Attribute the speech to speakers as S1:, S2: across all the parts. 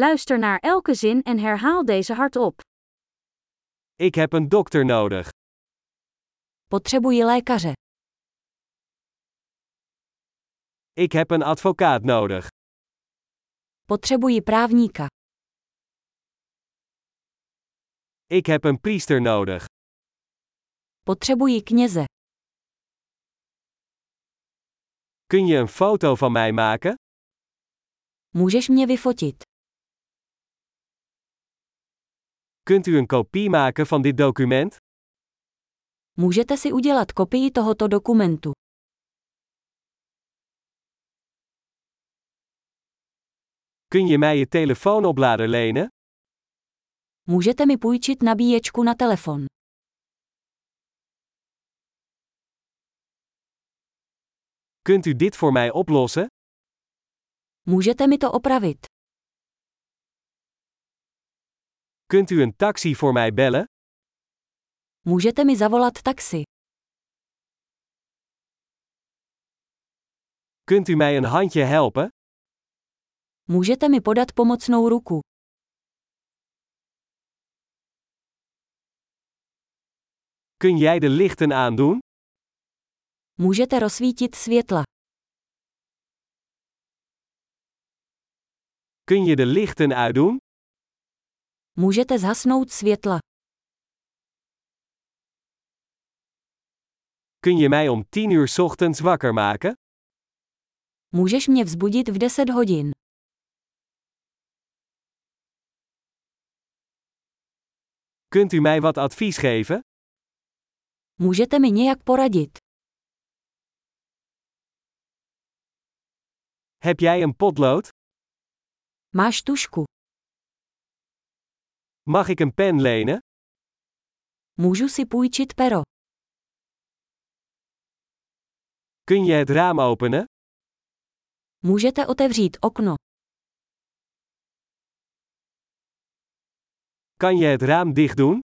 S1: Luister naar elke zin en herhaal deze hardop.
S2: Ik heb een dokter nodig.
S1: Potřebuji lékaře.
S2: Ik heb een advocaat nodig.
S1: Potřebuji právníka.
S2: Ik heb een priester nodig.
S1: Potřebuji kněze.
S2: Kun je een foto van mij maken?
S1: Můžeš mě vyfotit?
S2: Kunt u een kopie maken van dit document?
S1: Můžete si udělat kopii tohoto dokumentu.
S2: Kun je mij je telefoonoplader lenen?
S1: Můžete mi půjčit nabíječku na telefon.
S2: Kunt u dit voor mij oplossen?
S1: Můžete mi to opravit?
S2: Kunt u een taxi voor mij bellen?
S1: Můžete mi zavolat taxi.
S2: Kunt u mij een handje helpen?
S1: Můžete mi podat pomocnou ruku.
S2: Kun jij de lichten aandoen?
S1: Můžete rozsvítit světla.
S2: Kun je de lichten uitdoen?
S1: Můžete zhasnout světla.
S2: Kun je mij om 10 uur 's ochtends wakker maken?
S1: Můžeš mě vzbudit v 10 hodin.
S2: Kunt u mij wat advies geven?
S1: Můžete mi nějak poradit.
S2: Heb jij een potlood?
S1: Máš tušku.
S2: Mag ik een pen lenen?
S1: Můžu si půjčit pero.
S2: Kun je het raam openen?
S1: Můžete otevřít okno.
S2: Kan je het raam dicht doen?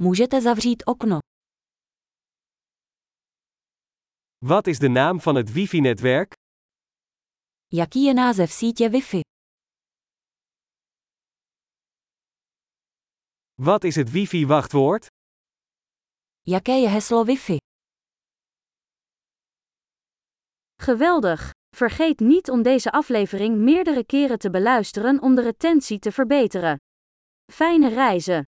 S1: Můžete zavřít okno.
S2: Wat is de naam van het wifi-netwerk?
S1: Jaký je název sítě Wi-Fi?
S2: Wat is het wifi-wachtwoord?
S1: Jaké je heslo Wi-Fi? Geweldig! Vergeet niet om deze aflevering meerdere keren te beluisteren om de retentie te verbeteren. Fijne reizen!